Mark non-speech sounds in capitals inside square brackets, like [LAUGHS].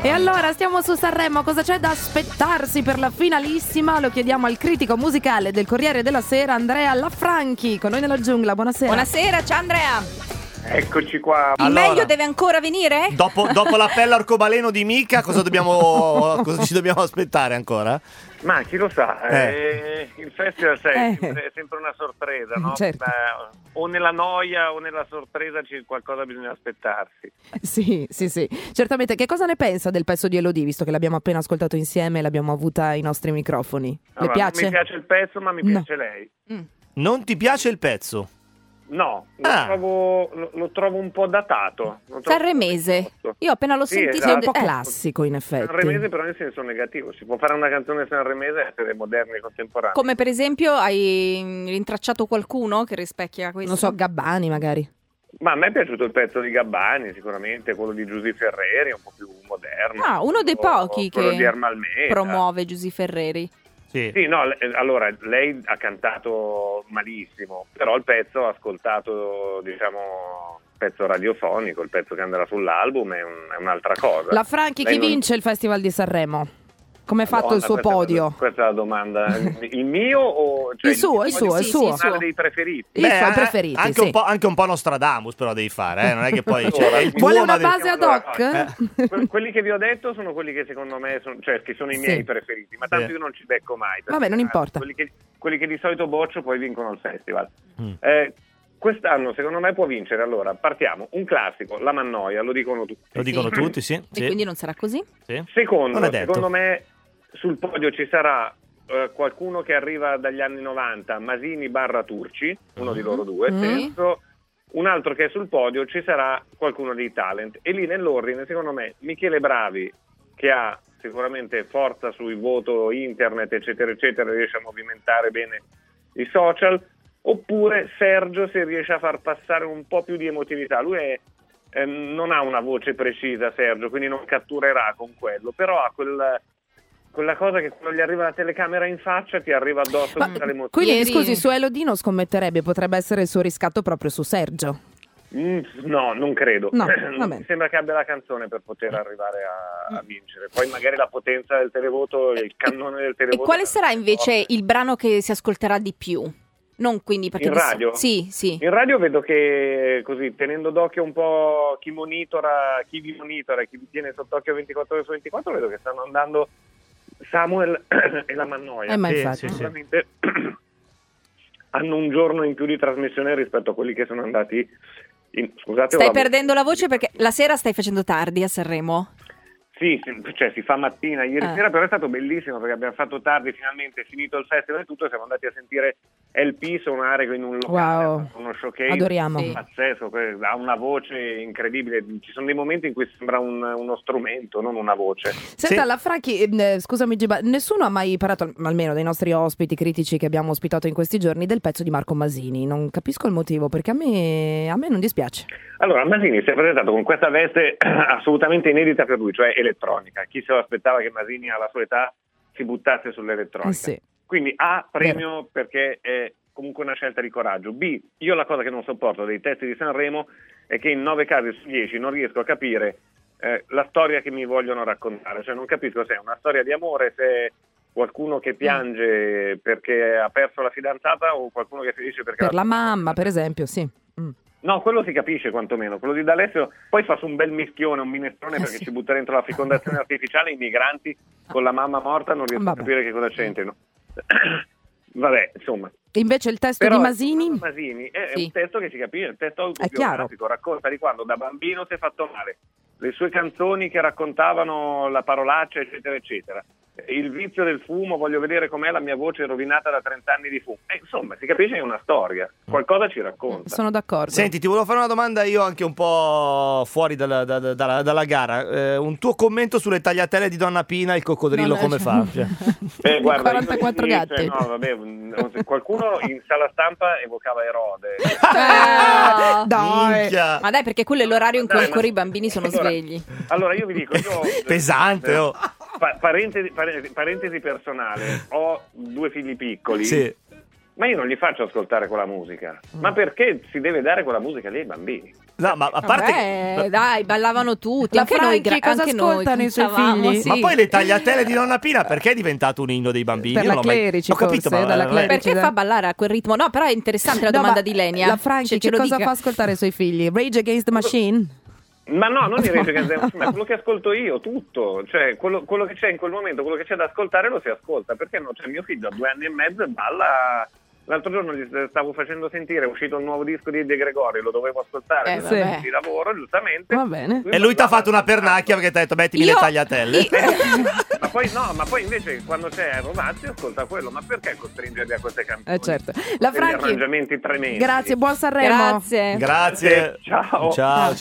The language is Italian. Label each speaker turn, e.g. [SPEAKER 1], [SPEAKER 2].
[SPEAKER 1] E allora stiamo su Sanremo, cosa c'è da aspettarsi per la finalissima? Lo chiediamo al critico musicale del Corriere della Sera, Andrea Lafranchi, con noi nella giungla, buonasera.
[SPEAKER 2] Buonasera, ciao Andrea.
[SPEAKER 3] Eccoci qua.
[SPEAKER 2] Il
[SPEAKER 4] Allora.
[SPEAKER 2] meglio deve ancora venire?
[SPEAKER 4] Dopo, dopo l'appello arcobaleno di Mica, cosa, dobbiamo, cosa ci dobbiamo aspettare ancora?
[SPEAKER 3] Ma chi lo sa, eh, il festival sai,
[SPEAKER 1] Eh.
[SPEAKER 3] è sempre- è sempre una sorpresa, no?
[SPEAKER 1] Certo.
[SPEAKER 3] Eh, o nella noia o nella sorpresa c'è qualcosa bisogna aspettarsi.
[SPEAKER 1] [LAUGHS] Sì, sì, sì. Certamente, che cosa ne pensa del pezzo di Elodie, visto che l'abbiamo appena ascoltato insieme e l'abbiamo avuta ai nostri microfoni? Le
[SPEAKER 3] Allora,
[SPEAKER 1] piace?
[SPEAKER 3] Mi piace il pezzo, ma mi
[SPEAKER 1] No.
[SPEAKER 3] piace lei.
[SPEAKER 4] Non ti piace il pezzo?
[SPEAKER 3] No, lo,
[SPEAKER 4] Ah.
[SPEAKER 3] trovo, lo, lo trovo un po' datato. Lo trovo un
[SPEAKER 2] Sanremese.
[SPEAKER 3] po' datato.
[SPEAKER 2] Io appena l'ho
[SPEAKER 3] Sì,
[SPEAKER 2] sentito
[SPEAKER 3] esatto.
[SPEAKER 2] ho
[SPEAKER 1] Un po'
[SPEAKER 2] detto, eh,
[SPEAKER 1] classico, in effetti.
[SPEAKER 3] Sanremese però nel senso negativo, si può fare una canzone sanremese e essere moderni e contemporanei.
[SPEAKER 2] come per esempio hai mm, rintracciato qualcuno che rispecchia questo?
[SPEAKER 1] Non so, Gabbani magari.
[SPEAKER 3] Ma a me è piaciuto il pezzo di Gabbani sicuramente, quello di Giuseppe Ferreri, un po' più moderno.
[SPEAKER 2] Ah, uno dei
[SPEAKER 3] O-
[SPEAKER 2] pochi
[SPEAKER 3] Oh, quello
[SPEAKER 2] che
[SPEAKER 3] di Armalmeda.
[SPEAKER 2] promuove Giusy Ferreri.
[SPEAKER 4] Sì.
[SPEAKER 3] Sì, no, le- eh, allora lei ha cantato malissimo, però il pezzo ho ascoltato, diciamo, il pezzo radiofonico, il pezzo che andrà sull'album è, un- è un'altra cosa.
[SPEAKER 1] La Franchi,
[SPEAKER 3] Lei
[SPEAKER 1] chi
[SPEAKER 3] non-
[SPEAKER 1] vince il Festival di Sanremo? Come ha fatto
[SPEAKER 3] Madonna,
[SPEAKER 1] il suo
[SPEAKER 3] questa è la-
[SPEAKER 1] podio?
[SPEAKER 3] Questa è
[SPEAKER 1] [LAUGHS]
[SPEAKER 3] la domanda. Il mio o cioè,
[SPEAKER 1] Il suo, il
[SPEAKER 3] mio
[SPEAKER 1] suo,
[SPEAKER 3] podio
[SPEAKER 2] il suo.
[SPEAKER 3] personale dei preferiti?
[SPEAKER 1] I suoi
[SPEAKER 4] eh,
[SPEAKER 1] preferiti,
[SPEAKER 4] Anche,
[SPEAKER 1] sì.
[SPEAKER 4] un po', anche un po' Nostradamus, però devi fare, eh? non è che
[SPEAKER 3] [LAUGHS]
[SPEAKER 4] poi cioè,
[SPEAKER 3] Allora,
[SPEAKER 4] è il
[SPEAKER 3] mi-
[SPEAKER 4] tuo,
[SPEAKER 1] Vuole una
[SPEAKER 4] ma devi-
[SPEAKER 1] base ad hoc?
[SPEAKER 3] Eh,
[SPEAKER 1] [LAUGHS]
[SPEAKER 3] que- quelli che vi ho detto sono quelli che secondo me sono, cioè, che sono i
[SPEAKER 1] Sì.
[SPEAKER 3] miei preferiti, ma tanto
[SPEAKER 4] Sì.
[SPEAKER 3] io non ci becco mai. perché,
[SPEAKER 1] Vabbè, non
[SPEAKER 3] eh,
[SPEAKER 1] importa.
[SPEAKER 3] Quelli che, quelli che di solito boccio poi vincono il festival.
[SPEAKER 4] Mm.
[SPEAKER 3] Eh, quest'anno secondo me può vincere. Allora, partiamo. Un classico, la Mannoia, lo dicono tutti.
[SPEAKER 4] Lo dicono tutti, sì.
[SPEAKER 2] E
[SPEAKER 4] sì,
[SPEAKER 2] quindi non sarà così?
[SPEAKER 4] sì.
[SPEAKER 3] Secondo,
[SPEAKER 4] Non è detto.
[SPEAKER 3] secondo me sul podio ci sarà eh, qualcuno che arriva dagli anni 90, Masini barra Turci, uno di loro due,
[SPEAKER 1] Mm.
[SPEAKER 3] terzo. Un altro che è sul podio ci sarà qualcuno dei talent. E lì nell'ordine, secondo me, Michele Bravi, che ha sicuramente forza sui voto internet, eccetera, eccetera, riesce a movimentare bene i social, oppure Sergio se riesce a far passare un po' più di emotività. Lui è- eh, non ha una voce precisa Sergio, quindi non catturerà con quello, però ha quel- quella cosa che quando gli arriva la telecamera in faccia ti arriva addosso
[SPEAKER 1] Ma-
[SPEAKER 3] tutta l'emozione.
[SPEAKER 1] quindi,
[SPEAKER 2] Ieri-
[SPEAKER 1] scusi, su Elodino scommetterebbe, potrebbe essere il suo riscatto proprio su Sergio.
[SPEAKER 3] Mm, no, non credo. [CLEARS THROAT]
[SPEAKER 1] No, va bene.
[SPEAKER 3] Mi sembra che abbia la canzone per poter arrivare a, a vincere. Poi magari la potenza del televoto, il cannone del
[SPEAKER 2] E
[SPEAKER 3] televoto.
[SPEAKER 2] quale sarà invece il brano che si ascolterà di più? Non quindi perché
[SPEAKER 3] In
[SPEAKER 2] di so-
[SPEAKER 3] radio?
[SPEAKER 2] Sì, sì.
[SPEAKER 3] In radio vedo che così, tenendo d'occhio un po' chi monitora, chi vi monitora, e chi vi tiene sott'occhio 24 ore su 24, vedo che stanno andando Samuel [COUGHS] e la Mannoia.
[SPEAKER 1] Eh, ma
[SPEAKER 4] Sì,
[SPEAKER 1] infatti.
[SPEAKER 4] sì, sì.
[SPEAKER 3] Sicuramente [COUGHS] hanno un giorno in più di trasmissione rispetto a quelli che sono andati in... Scusate,
[SPEAKER 2] Stai
[SPEAKER 3] ho la-
[SPEAKER 2] perdendo la voce perché la sera stai facendo tardi a Sanremo.
[SPEAKER 3] Sì, sì, cioè si fa mattina. Ieri
[SPEAKER 2] Ah.
[SPEAKER 3] sera però è stato bellissimo perché abbiamo fatto tardi, finalmente è finito il festival e tutto, siamo andati a sentire LP suonare in un locale,
[SPEAKER 1] Wow.
[SPEAKER 3] ha fatto uno showcase
[SPEAKER 1] Adoriamo.
[SPEAKER 2] Sì.
[SPEAKER 3] pazzesco, que- ha una voce incredibile. Ci sono dei momenti in cui sembra un- uno strumento, non una voce.
[SPEAKER 1] Senta,
[SPEAKER 4] Sì.
[SPEAKER 1] la Franchi, ehm, eh, scusami Giba, nessuno ha mai parlato, al- almeno dei nostri ospiti critici che abbiamo ospitato in questi giorni, del pezzo di Marco Masini. Non capisco il motivo, perché a me, a me non dispiace.
[SPEAKER 3] Allora, Masini si è presentato con questa veste [CLEARS THROAT] assolutamente inedita per lui, cioè elettronica. Chi se lo aspettava che Masini alla sua età si buttasse sull'elettronica?
[SPEAKER 1] Eh sì.
[SPEAKER 3] Quindi A, premio perché è comunque una scelta di coraggio. B, io la cosa che non sopporto dei testi di Sanremo è che in 9 casi su 10 non riesco a capire eh, la storia che mi vogliono raccontare. Cioè non capisco se è una storia di amore, se è qualcuno che piange perché ha perso la fidanzata o qualcuno che è felice perché...
[SPEAKER 1] Mm. Per
[SPEAKER 3] l'ha-
[SPEAKER 1] la mamma, per esempio, sì. Mm.
[SPEAKER 3] No, quello si capisce quantomeno. Quello di D'Alessio poi fa su un bel mischione, un minestrone
[SPEAKER 1] Eh,
[SPEAKER 3] perché
[SPEAKER 1] sì.
[SPEAKER 3] ci butta dentro
[SPEAKER 1] [LAUGHS]
[SPEAKER 3] la fecondazione artificiale, i migranti con la mamma morta non riescono
[SPEAKER 1] Vabbè.
[SPEAKER 3] a capire che cosa c'entrino. [CLEARS THROAT] Vabbè, insomma,
[SPEAKER 1] Invece il testo
[SPEAKER 3] però,
[SPEAKER 1] di Masini,
[SPEAKER 3] Masini è è
[SPEAKER 2] Sì.
[SPEAKER 3] un testo che si capisce, è un testo
[SPEAKER 1] chiaro.
[SPEAKER 3] autobiografico, racconta di quando da bambino si è fatto male, le sue canzoni che raccontavano la parolaccia, eccetera, eccetera. Il vizio del fumo, voglio vedere com'è la mia voce rovinata da 30 anni di fumo. Eh, insomma, si capisce che è una storia,
[SPEAKER 1] Mm.
[SPEAKER 3] qualcosa ci racconta.
[SPEAKER 1] sono d'accordo. [LAUGHS]
[SPEAKER 4] Senti, ti volevo fare una domanda io anche un po' fuori dalla, da- da- dalla- dalla gara. Eh, un tuo commento sulle tagliatelle di Donna Pina, il coccodrillo
[SPEAKER 1] No, no,
[SPEAKER 4] come
[SPEAKER 1] cioè-
[SPEAKER 4] fa? Cioè,
[SPEAKER 3] Eh, guarda, io
[SPEAKER 1] 44
[SPEAKER 3] sì, cioè,
[SPEAKER 1] gatti. Eh,
[SPEAKER 3] no, vabbè, mm, se qualcuno in sala stampa evocava Erode.
[SPEAKER 2] Cioè, Ah,
[SPEAKER 1] Dai.
[SPEAKER 4] minchia.
[SPEAKER 2] Ma dai, perché quello è l'orario in cui
[SPEAKER 3] Dai,
[SPEAKER 2] ancora
[SPEAKER 3] ma-
[SPEAKER 2] i bambini sono
[SPEAKER 3] Allora,
[SPEAKER 2] svegli.
[SPEAKER 3] Allora io vi dico, io...
[SPEAKER 4] [LAUGHS] Pesante, oh.
[SPEAKER 3] Pa- parentesi, parentesi- parentesi personale, ho due figli piccoli,
[SPEAKER 4] Sì. Mm.
[SPEAKER 3] ma io non li faccio ascoltare quella musica. Ma perché si deve dare quella musica lì ai bambini?
[SPEAKER 4] No, ma a parte...
[SPEAKER 2] Vabbè, dai, ballavano tutti.
[SPEAKER 1] La
[SPEAKER 2] anche noi,
[SPEAKER 1] Franchi
[SPEAKER 2] gra-
[SPEAKER 1] cosa
[SPEAKER 2] anche noi
[SPEAKER 1] ascoltano i suoi
[SPEAKER 2] cantavamo,
[SPEAKER 1] figli?
[SPEAKER 2] sì.
[SPEAKER 4] Ma poi le tagliatelle di nonna Pina perché è diventato un inno dei bambini?
[SPEAKER 1] Per
[SPEAKER 4] Io
[SPEAKER 1] la
[SPEAKER 4] non l'ho mai-
[SPEAKER 1] Clerici,
[SPEAKER 4] Ho capito,
[SPEAKER 1] forse,
[SPEAKER 4] ma
[SPEAKER 1] dalla
[SPEAKER 4] eh,
[SPEAKER 1] Clerici.
[SPEAKER 2] Perché fa ballare a quel ritmo? No, però è interessante la
[SPEAKER 1] No,
[SPEAKER 2] domanda
[SPEAKER 1] ma
[SPEAKER 2] di Lenia.
[SPEAKER 1] La Franchi
[SPEAKER 2] Cioè, ce
[SPEAKER 1] che
[SPEAKER 2] lo
[SPEAKER 1] cosa
[SPEAKER 2] dica.
[SPEAKER 1] fa ascoltare ai suoi figli? Rage Against the Machine?
[SPEAKER 3] Ma no,
[SPEAKER 1] [LAUGHS]
[SPEAKER 3] non direi che ma quello che ascolto io, tutto, cioè quello, quello che c'è in quel momento, quello che c'è da ascoltare lo si ascolta, perché no? Cioè, mio figlio ha due anni e mezzo e balla. L'altro giorno gli stavo facendo sentire, è uscito il nuovo disco di De Gregori, lo dovevo ascoltare
[SPEAKER 2] Eh,
[SPEAKER 3] per ragioni
[SPEAKER 1] vabbè.
[SPEAKER 3] di lavoro, giustamente.
[SPEAKER 1] Va bene.
[SPEAKER 4] E lui ti ha fatto una pernacchia perché ti ha detto mettimi
[SPEAKER 2] Io-
[SPEAKER 4] le
[SPEAKER 2] [LAUGHS]
[SPEAKER 4] tagliatelle.
[SPEAKER 2] io-
[SPEAKER 3] ma poi no, ma poi invece quando c'è Romazzi ascolta quello, ma perché costringerli a queste canzoni?
[SPEAKER 1] Eh, certo. La
[SPEAKER 3] Degli
[SPEAKER 1] Franchi.
[SPEAKER 3] arrangiamenti tremendi.
[SPEAKER 1] Grazie, buon Sanremo.
[SPEAKER 2] Grazie.
[SPEAKER 4] Grazie.
[SPEAKER 3] Ciao.
[SPEAKER 4] Ciao.